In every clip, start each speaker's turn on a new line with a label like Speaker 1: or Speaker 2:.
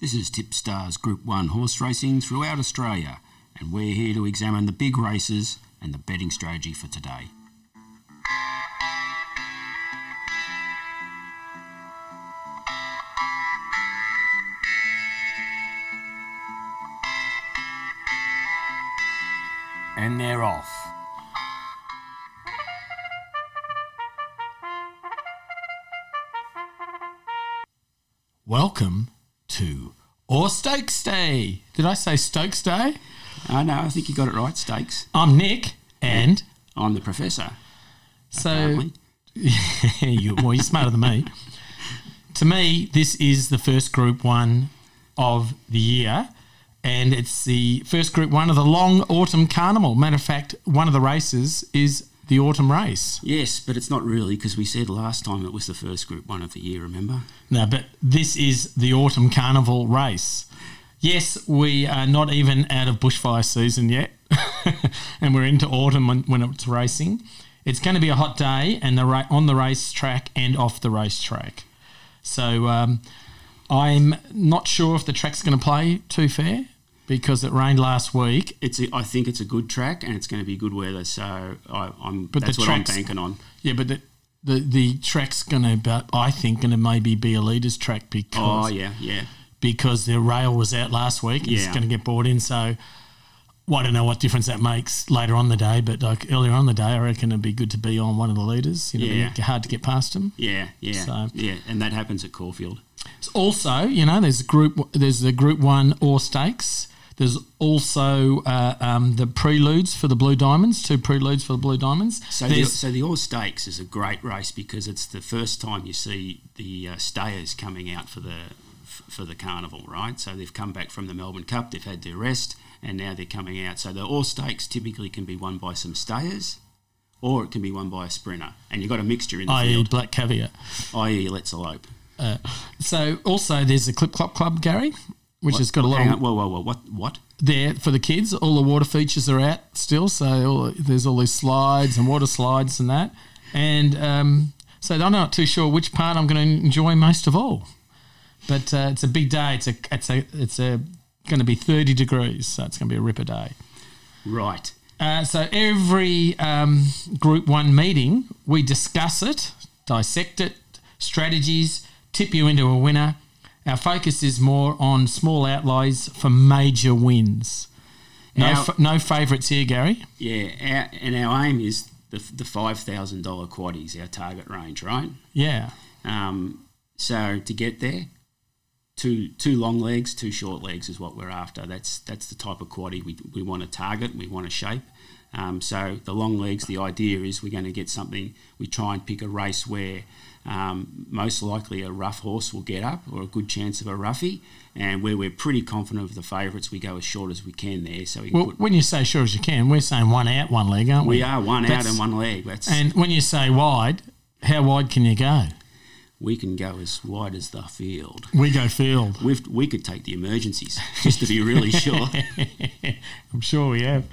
Speaker 1: This is Tipstar's Group 1 horse racing throughout Australia, and we're here to examine the big races and the betting strategy for today.
Speaker 2: And they're off.
Speaker 3: Welcome to Or Stokes Day. Did I say Stokes Day?
Speaker 1: I know, Uh, I think you got it right, Stakes.
Speaker 3: I'm Nick, and
Speaker 1: I'm the professor.
Speaker 3: so
Speaker 1: apparently.
Speaker 3: you, well, you're smarter than me. To me, this is the first Group One of the year, and it's the first Group One of the long autumn carnival. Matter of fact, one of the races is the autumn race.
Speaker 1: Yes, but it's not really because we said last time it was the first Group 1 of the year, remember?
Speaker 3: No, but this is the autumn carnival race. Yes, we are not even out of bushfire season yet, and we're into autumn when, when it's racing. It's going to be a hot day, and the ra- on the racetrack and off the racetrack. So um, I'm not sure if the track's going to play too fair because it rained last week.
Speaker 1: It's a, I think it's a good track and it's going to be good weather, so I, I'm,
Speaker 3: the
Speaker 1: that's what I'm
Speaker 3: tracks-
Speaker 1: banking on.
Speaker 3: Yeah, but the the, the track's going to, I think, going to maybe be a leaders track because
Speaker 1: Oh, yeah, yeah.
Speaker 3: because the rail was out last week and it's
Speaker 1: Yeah.
Speaker 3: going to get bought in. So well, I don't know what difference that makes later on the day, but like earlier on the day, I reckon it'd be good to be on one of the leaders. You know, it'd be
Speaker 1: Yeah.
Speaker 3: hard to get past them.
Speaker 1: Yeah, yeah,
Speaker 3: So-
Speaker 1: yeah, and that happens at Caulfield.
Speaker 3: Also, you know, there's group there's the Group One or stakes. There's also uh, um, the preludes for the Blue Diamonds, two preludes for the Blue Diamonds.
Speaker 1: So the,
Speaker 3: there's,
Speaker 1: so the All Stakes is a great race because it's the first time you see the uh, stayers coming out for the f- for the carnival, right? So they've come back from the Melbourne Cup, they've had their rest, and now they're coming out. So the All Stakes typically can be won by some stayers, or it can be won by a sprinter, and you've got a mixture in the
Speaker 3: i.e.,
Speaker 1: field,
Speaker 3: Black Caviar.
Speaker 1: i.e., let's elope.
Speaker 3: So also there's the Clip Clop Club, Gary, which has got a lot
Speaker 1: Hang
Speaker 3: of
Speaker 1: on, whoa, whoa, whoa, what, what?
Speaker 3: there for the kids. All the water features are out still, so all, there's all these slides and water slides and that. And um, so I'm not too sure which part I'm going to enjoy most of all. But uh, it's a big day. It's a it's a it's a going to be 30 degrees, so it's going to be a ripper day.
Speaker 1: Right.
Speaker 3: Uh, so every um, group one meeting, we discuss it, dissect it, strategies, tip you into a winner. Our focus is more on small outliers for major wins. No,
Speaker 1: Now-
Speaker 3: f- no favourites here, Gary.
Speaker 1: Yeah, our, and our aim is the, the $5,000 quaddies, our target range, right?
Speaker 3: Yeah,
Speaker 1: Um, so to get there, two two long legs, two short legs is what we're after. That's that's the type of quaddy we, we want to target. We want to shape. Um, so the long legs, the idea is we're going to get something. We try and pick a race where um, most likely a rough horse will get up, or a good chance of a roughie, and where we're pretty confident of the favourites. We go as short as we can there. So we, can
Speaker 3: well,
Speaker 1: put,
Speaker 3: when you say sure as you can, we're saying one out, one leg, aren't we?
Speaker 1: we are one out
Speaker 3: That's-
Speaker 1: and one leg. That's
Speaker 3: And when you say wide, how wide can you go?
Speaker 1: we can go as wide as the field.
Speaker 3: We go field.
Speaker 1: We've, we could take the emergencies just to be really sure.
Speaker 3: I'm sure we have.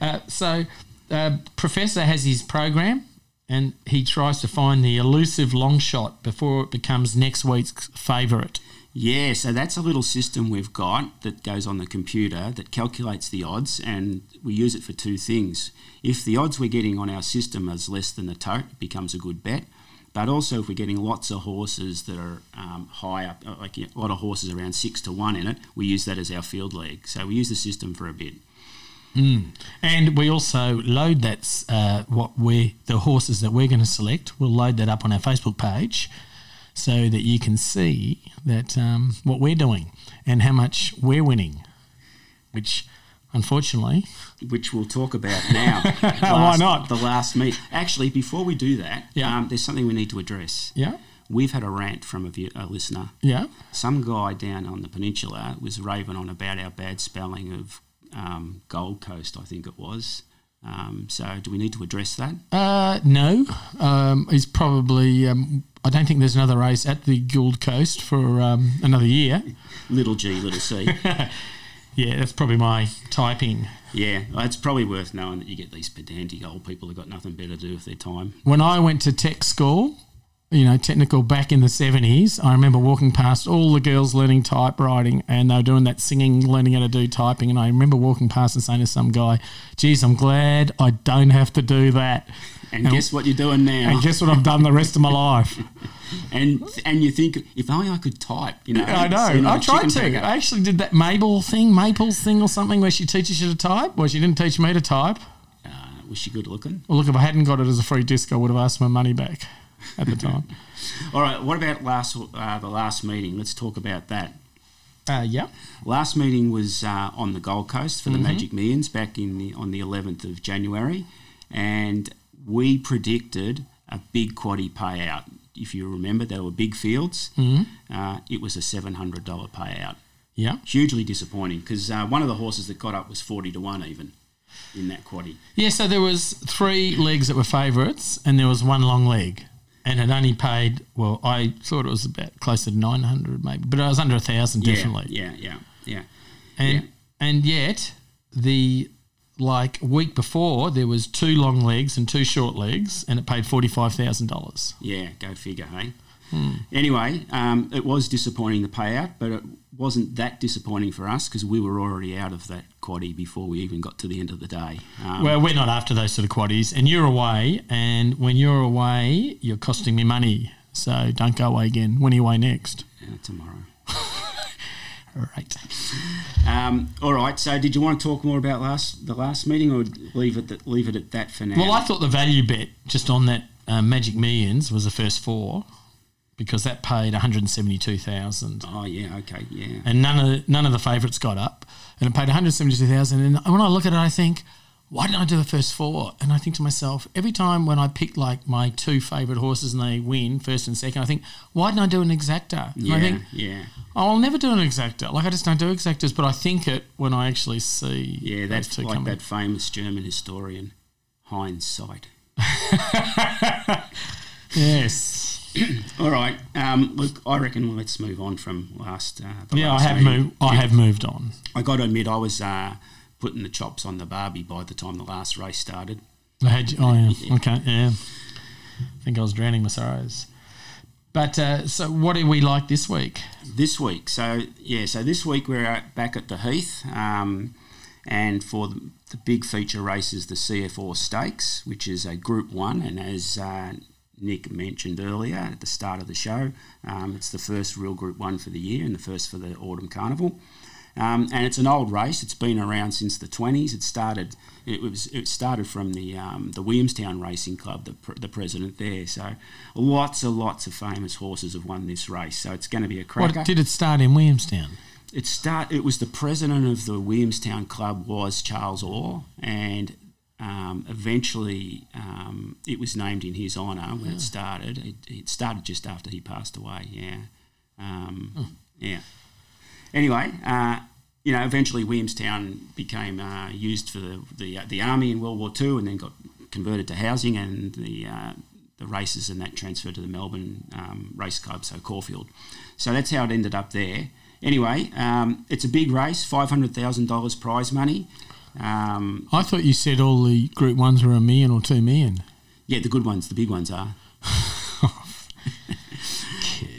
Speaker 3: Uh, so, uh, Professor has his program and he tries to find the elusive long shot before it becomes next week's favourite.
Speaker 1: Yeah, so that's a little system we've got that goes on the computer that calculates the odds, and we use it for two things. If the odds we're getting on our system is less than the tote, it becomes a good bet. But also, if we're getting lots of horses that are um, high up, uh, like you know, a lot of horses around six to one in it, we use that as our field leg. So we use the system for a bit.
Speaker 3: And we also load that, uh, what we the horses that we're going to select, we'll load that up on our Facebook page so that you can see that um, what we're doing and how much we're winning, which unfortunately
Speaker 1: which we'll talk about now.
Speaker 3: Why not?
Speaker 1: The last meet. Actually, before we do that,
Speaker 3: Yeah.
Speaker 1: um, there's something we need to address.
Speaker 3: Yeah.
Speaker 1: We've had a rant from a, view, a listener.
Speaker 3: Yeah.
Speaker 1: Some guy down on the peninsula was raving on about our bad spelling of um, Gold Coast, I think it was. Um, so, do we need to address that?
Speaker 3: Uh, no, um, he's probably. Um, I don't think there's another race at the Gold Coast for um, another year.
Speaker 1: Little G, little C.
Speaker 3: Yeah, that's probably my typing.
Speaker 1: yeah, well, it's probably worth knowing that you get these pedantic old people who've got nothing better to do with their time.
Speaker 3: When I went to tech school, you know, technical back in the 70s, I remember walking past all the girls learning typewriting and they were doing that singing, learning how to do typing. And I remember walking past and saying to some guy, geez, I'm glad I don't have to do that.
Speaker 1: And, guess what you're doing now?
Speaker 3: And
Speaker 1: And,
Speaker 3: guess what I've done the rest of my life?
Speaker 1: and you think, if only I could type, you know.
Speaker 3: I
Speaker 1: sitting
Speaker 3: know.
Speaker 1: on
Speaker 3: I
Speaker 1: a
Speaker 3: tried
Speaker 1: chicken
Speaker 3: to.
Speaker 1: burger.
Speaker 3: I actually did that Mabel thing, Maples thing or something where she teaches you to type. Well, she didn't teach me to type.
Speaker 1: Uh, was she good looking?
Speaker 3: Well, look, if I hadn't got it as a free disc, I would have asked my money back at the time.
Speaker 1: All right. What about last uh, the last meeting? Let's talk about that.
Speaker 3: uh, yeah.
Speaker 1: Last meeting was uh, on the Gold Coast for the Magic Millions back in the, on the 11th of January, and we predicted a big quaddy payout. If you remember, they were big fields. Uh, it was a $700 payout.
Speaker 3: Yeah.
Speaker 1: Hugely disappointing because uh, one of the horses that got up was 40 to 1 even in that quaddy.
Speaker 3: Yeah, so there was three legs that were favourites, and there was one long leg, and it only paid. Well, I thought it was about closer to nine hundred, maybe, but it was under a thousand definitely.
Speaker 1: Yeah, yeah, yeah.
Speaker 3: and
Speaker 1: yeah.
Speaker 3: and yet the like week before there was two long legs and two short legs, and it paid forty five thousand dollars.
Speaker 1: Yeah, go figure, hey?
Speaker 3: Hmm.
Speaker 1: Anyway, um, it was disappointing the payout, but it wasn't that disappointing for us because we were already out of that quaddy before we even got to the end of the day. Um,
Speaker 3: Well, we're not after those sort of quaddies, and you're away, and when you're away, you're costing me money. So don't go away again. When are you away next?
Speaker 1: uh, tomorrow.
Speaker 3: All right.
Speaker 1: Um, all right. So, did you want to talk more about last the last meeting, or leave it that, leave it at that for now?
Speaker 3: Well, I thought the value bet just on that uh, Magic Millions was the first four because that paid one hundred seventy two thousand,
Speaker 1: oh yeah, okay, yeah.
Speaker 3: and none of none of the favourites got up, and it paid one hundred seventy two thousand. And when I look at it, I think, why didn't I do the first four? And I think to myself, every time when I pick like my two favourite horses and they win first and second, I think, why didn't I do an exacta? And
Speaker 1: Yeah,
Speaker 3: I think,
Speaker 1: yeah,
Speaker 3: oh, I'll never do an exacta. Like I just don't do exactas, but I think it when I actually see
Speaker 1: yeah.
Speaker 3: those
Speaker 1: That's
Speaker 3: two
Speaker 1: like
Speaker 3: coming.
Speaker 1: that famous German historian Heinz Seit.
Speaker 3: Yes.
Speaker 1: All right. Um, look, I reckon let's move on from last. Uh, the
Speaker 3: Yeah, I
Speaker 1: last
Speaker 3: have
Speaker 1: meeting.
Speaker 3: moved. I have moved on.
Speaker 1: I got to admit, I was uh, putting the chops on the Barbie by the time the last race started.
Speaker 3: I had, oh yeah, okay, yeah. I think I was drowning my sorrows. But uh, so, what do we like this week?
Speaker 1: This week, so yeah, so this week we're out back at the Heath, um, and for the, the big feature race is the CF4 Stakes, which is a Group One, and as uh, Nick mentioned earlier at the start of the show, um, it's the first real Group One for the year and the first for the Autumn Carnival. Um, and it's an old race. It's been around since the 20s. It started. It was. It started from the um, the Williamstown Racing Club, the, pr- the president there. So, lots and lots of famous horses have won this race. So it's going to be a cracker.
Speaker 3: What did it start in Williamstown?
Speaker 1: it start. It was the president of the Williamstown Club was Charles Orr, and um, eventually um, it was named in his honour when it started. It, it started just after he passed away. Yeah, um, yeah anyway, uh, you know, eventually Williamstown became uh, used for the, the uh, the army in World War II, and then got converted to housing, and the uh, the races and that transferred to the Melbourne um, Race Club, so Caulfield. So that's how it ended up there. Anyway, um, it's a big race, five hundred thousand dollars prize money. Um,
Speaker 3: I thought you said all the Group Ones were a million or two million.
Speaker 1: yeah, the good ones, the big ones are.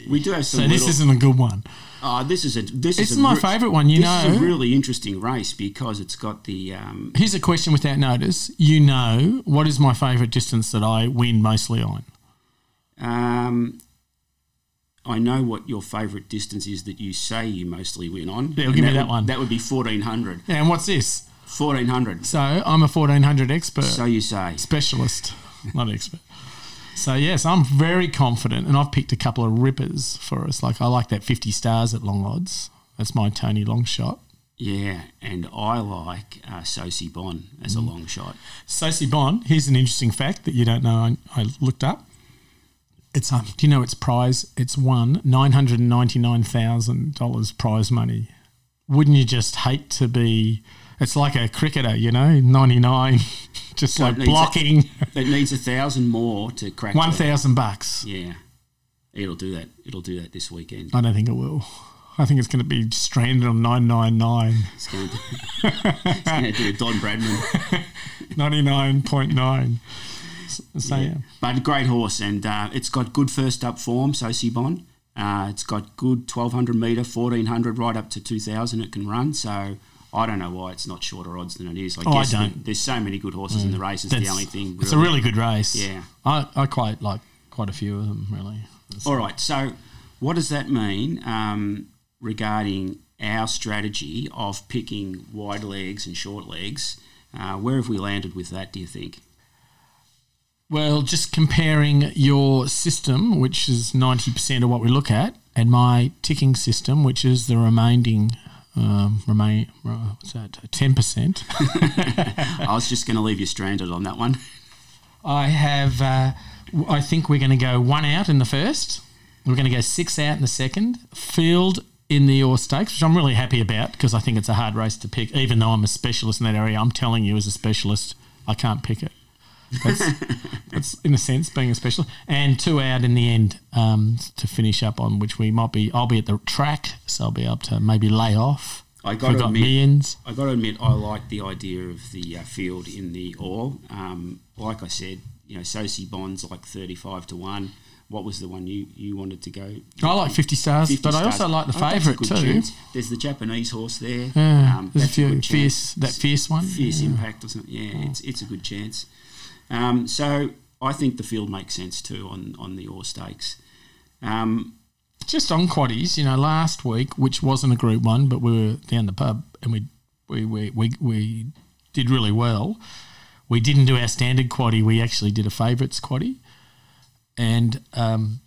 Speaker 1: we do have some.
Speaker 3: So this
Speaker 1: little-
Speaker 3: isn't a good one.
Speaker 1: Oh, this is a this
Speaker 3: It's
Speaker 1: is a
Speaker 3: my
Speaker 1: re-
Speaker 3: favourite one, you
Speaker 1: this
Speaker 3: know.
Speaker 1: is a really interesting race because it's got the um,
Speaker 3: Here's a question without notice. You know what is my favourite distance that I win mostly on?
Speaker 1: um. I know what your favourite distance is that you say you mostly win on.
Speaker 3: Yeah,
Speaker 1: and
Speaker 3: give
Speaker 1: that
Speaker 3: me that
Speaker 1: would-
Speaker 3: one.
Speaker 1: That would be fourteen hundred.
Speaker 3: Yeah, and what's this?
Speaker 1: Fourteen hundred.
Speaker 3: So I'm a 1400 expert.
Speaker 1: So you say.
Speaker 3: specialist, not expert. So yes, I'm very confident, and I've picked a couple of rippers for us. Like I like that 50 stars at long odds. That's my Tony long shot.
Speaker 1: Yeah, and I like uh, Sosie Bon as a
Speaker 3: Mm.
Speaker 1: long shot.
Speaker 3: Sosie Bond. Here's an interesting fact that you don't know. I, I looked up. It's um, do you know its prize? It's won nine hundred ninety nine thousand dollars prize money. Wouldn't you just hate to be? It's like a cricketer, you know, ninety nine, just
Speaker 1: So it
Speaker 3: like
Speaker 1: needs a-
Speaker 3: blocking
Speaker 1: It needs a thousand more to crack.
Speaker 3: one
Speaker 1: the-
Speaker 3: thousand bucks.
Speaker 1: Yeah, it'll do that. It'll do that this weekend.
Speaker 3: I don't think it will. I think it's going to be stranded on 999.
Speaker 1: It's going to, it's going to do a Don Bradman.
Speaker 3: 99.9. So yeah.
Speaker 1: But a great horse, and uh, it's got good first up form, so Sibon. Uh, it's got good 1200 metre, 1400, right up to 2000 it can run. So I don't know why it's not shorter odds than it is. I
Speaker 3: Oh, I
Speaker 1: guess that
Speaker 3: don't. Mm.
Speaker 1: there's so many good horses in the race, it's the
Speaker 3: That's-
Speaker 1: only thing.
Speaker 3: It's a really good race.
Speaker 1: Yeah.
Speaker 3: I, I quite like quite a few of them really. It's-
Speaker 1: All right. So, what does that mean um, regarding our strategy of picking wide legs and short legs? Uh, where have we landed with that? Do you think?
Speaker 3: Well, just comparing your system, which is ninety percent of what we look at, and my ticking system, which is the remaining. Um, remain uh, what's that? Ten percent.
Speaker 1: I was just going to leave you stranded on that one.
Speaker 3: I have. Uh, w- I think we're going to go one out in the first. We're going to go six out in the second. Field in the All Stakes, which I'm really happy about because I think it's a hard race to pick. Even though I'm a specialist in that area, I'm telling you as a specialist, I can't pick it. That's, that's in a sense being a specialist. And two out in the end um, to finish up on, which we might be. I'll be at the track, so I'll be able to maybe lay off.
Speaker 1: I
Speaker 3: If I've
Speaker 1: got to
Speaker 3: got
Speaker 1: admit,
Speaker 3: millions.
Speaker 1: I got to admit, I like the idea of the uh, field in the all. Um, like I said, you know, Sosi Bonds like thirty-five to one. What was the one you, you wanted to go?
Speaker 3: I like 50 stars,
Speaker 1: 50
Speaker 3: but I
Speaker 1: stars.
Speaker 3: also like the
Speaker 1: Oh, that's a
Speaker 3: favourite
Speaker 1: good
Speaker 3: too.
Speaker 1: chance. There's the Japanese horse there.
Speaker 3: Yeah, Uh, there's a
Speaker 1: Um, that's
Speaker 3: few
Speaker 1: good chance.
Speaker 3: fierce, that fierce one.
Speaker 1: Fierce
Speaker 3: Yeah.
Speaker 1: impact or something. Yeah, it's it's a good chance. Um, so I think the field makes sense too on on the All Stakes. Um,
Speaker 3: just on quaddies, you know, last week, which wasn't a group one, but we were down the pub and we we we we, we did really well. We didn't do our standard quaddie. We actually did a favourites quaddie, and um,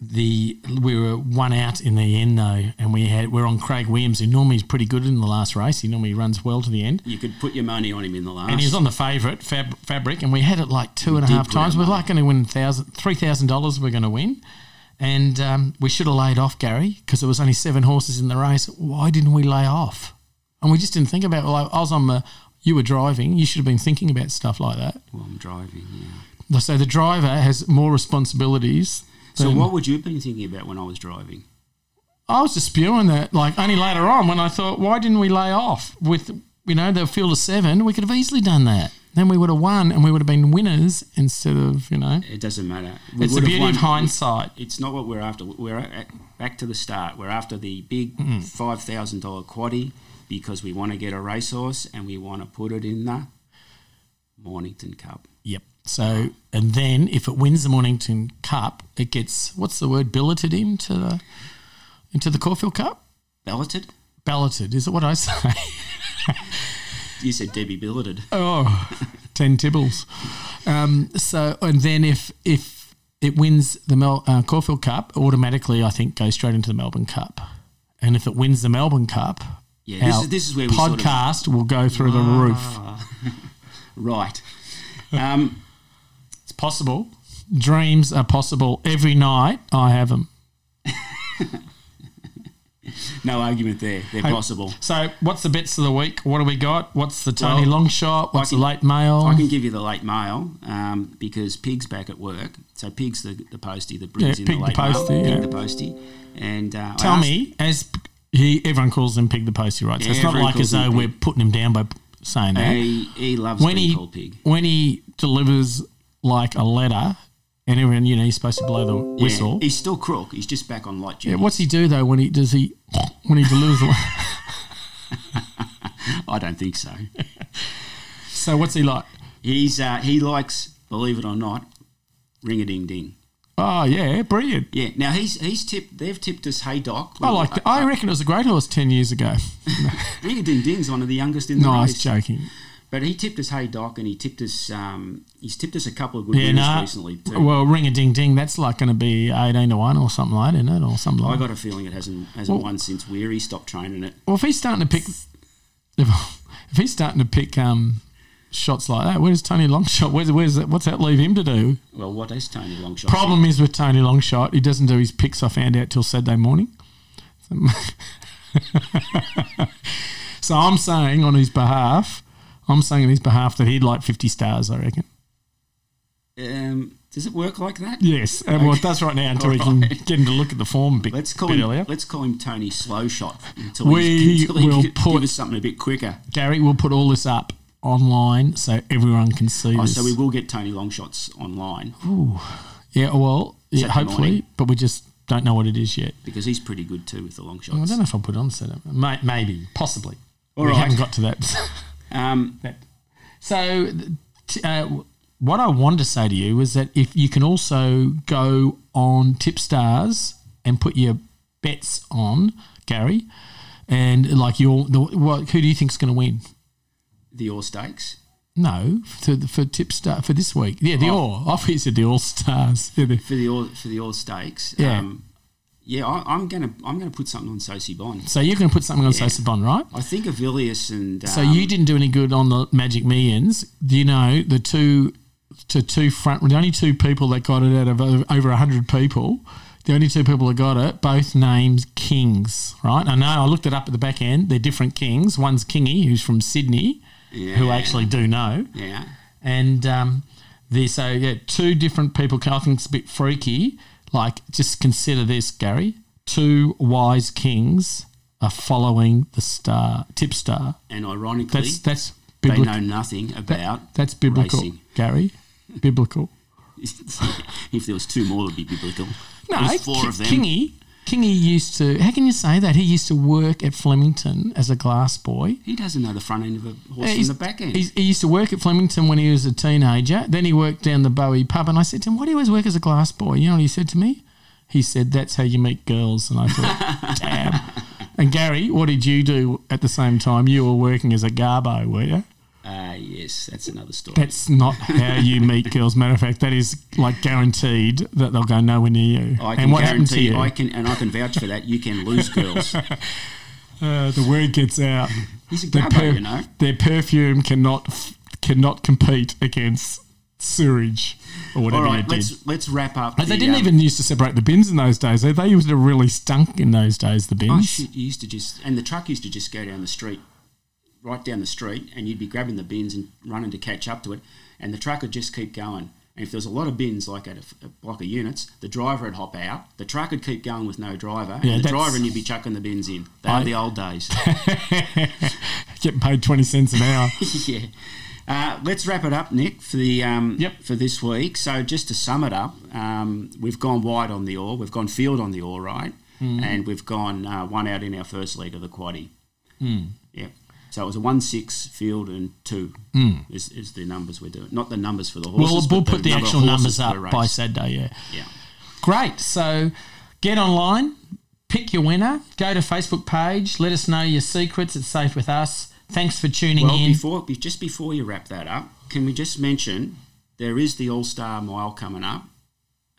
Speaker 3: the we were one out in the end though, and we had we're on Craig Williams, who normally is pretty good in the last race. He normally runs well to the end.
Speaker 1: you could put your money on him in the last.
Speaker 3: And he was on the favourite fab, fabric, and we had it like two and a
Speaker 1: did
Speaker 3: half
Speaker 1: put
Speaker 3: times.
Speaker 1: out
Speaker 3: We're like going to win thousand, three thousand dollars. We're going to win, and um, we should have laid off Gary because there was only seven horses in the race. Why didn't we lay off? And we just didn't think about. it. Well, I, I was on the. You were driving. You should have been thinking about stuff like that.
Speaker 1: well, I'm driving. Yeah.
Speaker 3: So the driver has more responsibilities.
Speaker 1: So
Speaker 3: than-
Speaker 1: what would you have been thinking about when I was driving?
Speaker 3: I was just spewing that. Like only later on when I thought, why didn't we lay off with you know the field of seven? We could have easily done that. Then we would have won, and we would have been winners instead of you know.
Speaker 1: It doesn't matter. We
Speaker 3: It's the
Speaker 1: would have
Speaker 3: beauty
Speaker 1: won-
Speaker 3: of hindsight.
Speaker 1: It's not what we're after. We're at, back to the start. We're after the big
Speaker 3: Mm-hmm.
Speaker 1: five thousand dollar quaddy because we want to get a racehorse and we want to put it in the Mornington Cup.
Speaker 3: Yep. So and then if it wins the Mornington Cup, it gets what's the word billeted into the into the Caulfield Cup.
Speaker 1: Balloted?
Speaker 3: Balloted is it what I say?
Speaker 1: You said Debbie billeted.
Speaker 3: Oh, 10 tibbles. Um, so, and then if if it wins the Mel, uh, Caulfield Cup, automatically, I think, goes straight into the Melbourne Cup. And if it wins the Melbourne Cup,
Speaker 1: Yeah, this
Speaker 3: our
Speaker 1: is- this is where we sort of- Ah.
Speaker 3: podcast will go through the roof.
Speaker 1: Right. Um,
Speaker 3: It's possible. Dreams are possible. Every night, I have them.
Speaker 1: no argument there. They're possible.
Speaker 3: So, what's the bets of the week? What do we got? What's the Tony
Speaker 1: Well,
Speaker 3: long shot? What's
Speaker 1: can-
Speaker 3: the late mail?
Speaker 1: I can give you the late mail um, because Pig's back at work. So Pig's the, the postie that brings
Speaker 3: Yeah,
Speaker 1: in
Speaker 3: Pig
Speaker 1: the
Speaker 3: the
Speaker 1: late mail.
Speaker 3: postie, yeah.
Speaker 1: Pig the postie. And uh, I
Speaker 3: Tell
Speaker 1: asked-
Speaker 3: me, as he, everyone calls him Pig the Postie, right? So
Speaker 1: Yeah,
Speaker 3: it's not
Speaker 1: everyone
Speaker 3: like as
Speaker 1: calls him
Speaker 3: though
Speaker 1: Pig.
Speaker 3: we're putting him down by p- saying that.
Speaker 1: He, he loves
Speaker 3: when
Speaker 1: being
Speaker 3: he
Speaker 1: called Pig.
Speaker 3: when he delivers like a letter, and everyone you know he's supposed to blow the
Speaker 1: Yeah,
Speaker 3: whistle.
Speaker 1: He's still crook. He's just back on light duty.
Speaker 3: Yeah, what's he do though when he does he when he delivers? the
Speaker 1: I don't think so.
Speaker 3: so what's he like?
Speaker 1: He's uh, he likes, believe it or not, ring a ding ding.
Speaker 3: Oh yeah, brilliant.
Speaker 1: Yeah. Now he's he's tipped. They've tipped us. Hey Doc.
Speaker 3: I like. That. I reckon it was a great horse ten years ago.
Speaker 1: Ring a ding ding's one of the youngest in the
Speaker 3: No, I was
Speaker 1: race.
Speaker 3: joking.
Speaker 1: But he tipped us Hey Doc, and he tipped us. Um, he's tipped us a couple of good
Speaker 3: Yeah,
Speaker 1: winners
Speaker 3: no.
Speaker 1: recently too.
Speaker 3: Well, ring a ding ding. That's like going to be eighteen to one or something like, that, isn't it? Or something
Speaker 1: I
Speaker 3: like. that.
Speaker 1: got a feeling it hasn't hasn't won since Weary stopped training it.
Speaker 3: Well, if he's starting to pick, if, if he's starting to pick um, shots like that, where's Tony Longshot? Where's where's that, what's that leave him to do?
Speaker 1: Well, what is Tony Longshot?
Speaker 3: Problem is with Tony Longshot, he doesn't do his picks. I found out till Saturday morning. so I'm saying on his behalf, I'm saying on his behalf that he'd like 50 stars. I reckon.
Speaker 1: Um, does it work like that?
Speaker 3: Yes, and well, it does right now until we can get him to look at the form a bit,
Speaker 1: Let's call
Speaker 3: bit
Speaker 1: him.
Speaker 3: earlier.
Speaker 1: Let's call him Tony Slow Shot until,
Speaker 3: We
Speaker 1: he's, until he
Speaker 3: will
Speaker 1: gi-
Speaker 3: put-
Speaker 1: give us something a bit quicker.
Speaker 3: Gary, we'll put all this up online so everyone can see
Speaker 1: Oh,
Speaker 3: this.
Speaker 1: so we will get Tony Longshots online
Speaker 3: yeah, well, yeah,
Speaker 1: Saturday
Speaker 3: hopefully,
Speaker 1: morning.
Speaker 3: but we just don't know what it is yet.
Speaker 1: because he's pretty good too with the long
Speaker 3: I
Speaker 1: shots.
Speaker 3: don't know if I'll put it on Saturday. May- Maybe, possibly.
Speaker 1: All
Speaker 3: we
Speaker 1: right.
Speaker 3: haven't got to that.
Speaker 1: Um,
Speaker 3: that. So, th- t- uh, what I wanted to say to you was that if you can also go on TipStars and put your bets on Gary, and like your the, what, who do you think's going to win?
Speaker 1: the All Stakes.
Speaker 3: No, for the, for Tipstar for this week. Yeah, the
Speaker 1: Oh.
Speaker 3: All. Obviously, the All Stars. Yeah, the-
Speaker 1: for the all for the all stakes.
Speaker 3: Yeah.
Speaker 1: um, yeah. I, I'm gonna I'm gonna put something on Sosi Bond.
Speaker 3: So you're going to put something on yeah. right?
Speaker 1: I think Avilius and um,
Speaker 3: So you didn't do any good on the Magic Millions. Do you know the two to two front the only two people that got it out of o- over hundred people? The only two people that got it, both names kings, right? I know. I looked it up at the back end. They're different kings. One's Kingy, who's from Sydney, who
Speaker 1: Yeah.
Speaker 3: actually do know,
Speaker 1: um, yeah
Speaker 3: and um, the so yeah, two different people. I think it's a bit freaky. Like, just consider this, Gary. Two wise kings are following the star tip star.
Speaker 1: and ironically
Speaker 3: That's that's
Speaker 1: they
Speaker 3: biblical.
Speaker 1: know nothing about
Speaker 3: That's biblical,
Speaker 1: racing.
Speaker 3: Gary. Biblical.
Speaker 1: if there was two more it'd be biblical.
Speaker 3: No,
Speaker 1: There's four
Speaker 3: Ki-
Speaker 1: of them.
Speaker 3: Kingy. Kingy used to. How can you say that? He used to work at Flemington as a glass boy.
Speaker 1: He doesn't know the front end of a horse
Speaker 3: Yeah,
Speaker 1: from
Speaker 3: he's-
Speaker 1: the back end.
Speaker 3: he's- he used to work at Flemington when he was a teenager. Then he worked down the Bowie pub, and I said to him, "Why do you always work as a glass boy?" You know what he said to me? He said, "That's how you meet girls." And I thought, "Damn." And Gary, what did you do at the same time? You were working as a garbo, were you?
Speaker 1: Uh, yes, that's another story.
Speaker 3: That's not how you meet girls. Matter of fact, that is like guaranteed that they'll go nowhere near you.
Speaker 1: I can
Speaker 3: and what happened to
Speaker 1: guarantee
Speaker 3: you?
Speaker 1: I can and I can vouch for that. You can lose girls.
Speaker 3: Uh, the word gets out.
Speaker 1: He's a
Speaker 3: Their,
Speaker 1: grabber,
Speaker 3: per-
Speaker 1: you know.
Speaker 3: their perfume cannot cannot compete against sewage or
Speaker 1: All
Speaker 3: whatever
Speaker 1: right,
Speaker 3: you did.
Speaker 1: let's let's wrap up.
Speaker 3: But they
Speaker 1: the,
Speaker 3: didn't
Speaker 1: um,
Speaker 3: even used to separate the bins in those days. They, they used to really stunk in those days. The
Speaker 1: Oh
Speaker 3: bins.
Speaker 1: shit! You used to just and the truck used to just go down the street, right down the street, and you'd be grabbing the bins and running to catch up to it, and the truck would just keep going. And if there was a lot of bins, like at a, f- a block of units, the driver would hop out, the truck would keep going with no driver, and
Speaker 3: Yeah,
Speaker 1: the
Speaker 3: that's-
Speaker 1: driver and you'd be chucking the bins in. They
Speaker 3: I-
Speaker 1: are the old days.
Speaker 3: Getting paid twenty cents an hour.
Speaker 1: yeah. Uh, let's wrap it up, Nick, for the um,
Speaker 3: Yep.
Speaker 1: for this week. So just to sum it up, um, we've gone wide on the oar, we've gone field on the oar, right,
Speaker 3: Hmm.
Speaker 1: and we've gone uh, one out in our first league of the quaddy.
Speaker 3: Hmm.
Speaker 1: Yep. So it was a one six field and two is, is the numbers we're doing. Not the numbers for the horses.
Speaker 3: Hmm. well, we'll
Speaker 1: but
Speaker 3: put the,
Speaker 1: number of
Speaker 3: actual
Speaker 1: horses
Speaker 3: numbers
Speaker 1: per
Speaker 3: up
Speaker 1: race.
Speaker 3: by Saturday. Yeah.
Speaker 1: Yeah.
Speaker 3: Great. So get online, pick your winner, go to Facebook page, let us know your secrets. It's safe with us. Thanks for tuning
Speaker 1: Well,
Speaker 3: in.
Speaker 1: before be- just before you wrap that up, can we just mention there is the All Star Mile coming up.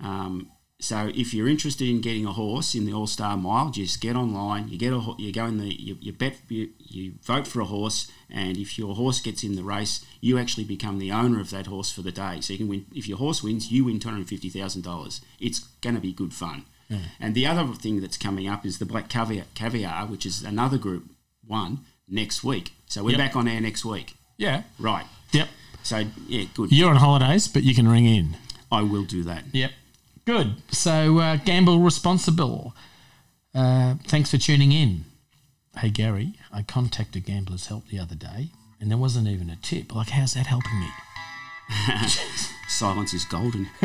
Speaker 1: Um, so if you're interested in getting a horse in the All Star Mile, just get online. You get a ho- you go in the you, you bet you, you vote for a horse, and if your horse gets in the race, you actually become the owner of that horse for the day. So you can win if your horse wins, you win two hundred fifty thousand dollars. It's going to be good fun. And the other thing that's coming up is the Black Caviar, Caviar which is another group one next week. So we're
Speaker 3: Yep.
Speaker 1: back on air next week.
Speaker 3: yeah.
Speaker 1: Right.
Speaker 3: Yep.
Speaker 1: So yeah, good.
Speaker 3: You're on holidays, but you can ring in.
Speaker 1: I will do that.
Speaker 3: Yep. Good. So uh, gamble responsible. Uh, thanks for tuning in. Hey Gary, I contacted Gamblers Help the other day, and there wasn't even a tip. Like, how's that helping me?
Speaker 1: Silence is golden.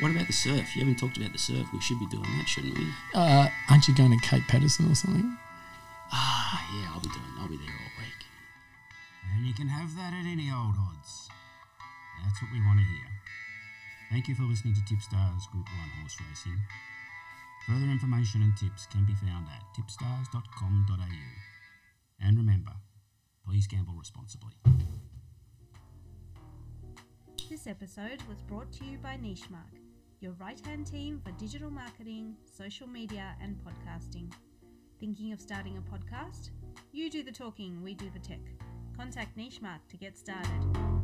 Speaker 1: what about the surf? You haven't talked about the surf. We should be doing that, shouldn't we?
Speaker 3: Uh, aren't you going to Cape Patterson or something?
Speaker 1: Ah, yeah, I'll be doing. I'll be there all week.
Speaker 2: And you can have that at any old odds. That's what we want to hear. Thank you for listening to Tipstars Group 1 Horse Racing. Further information and tips can be found at tipstars.com.au. And remember, please gamble responsibly.
Speaker 4: This episode was brought to you by Nichemark, your right hand team for digital marketing, social media, and podcasting. Thinking of starting a podcast? You do the talking, we do the tech. Contact Nichemark to get started.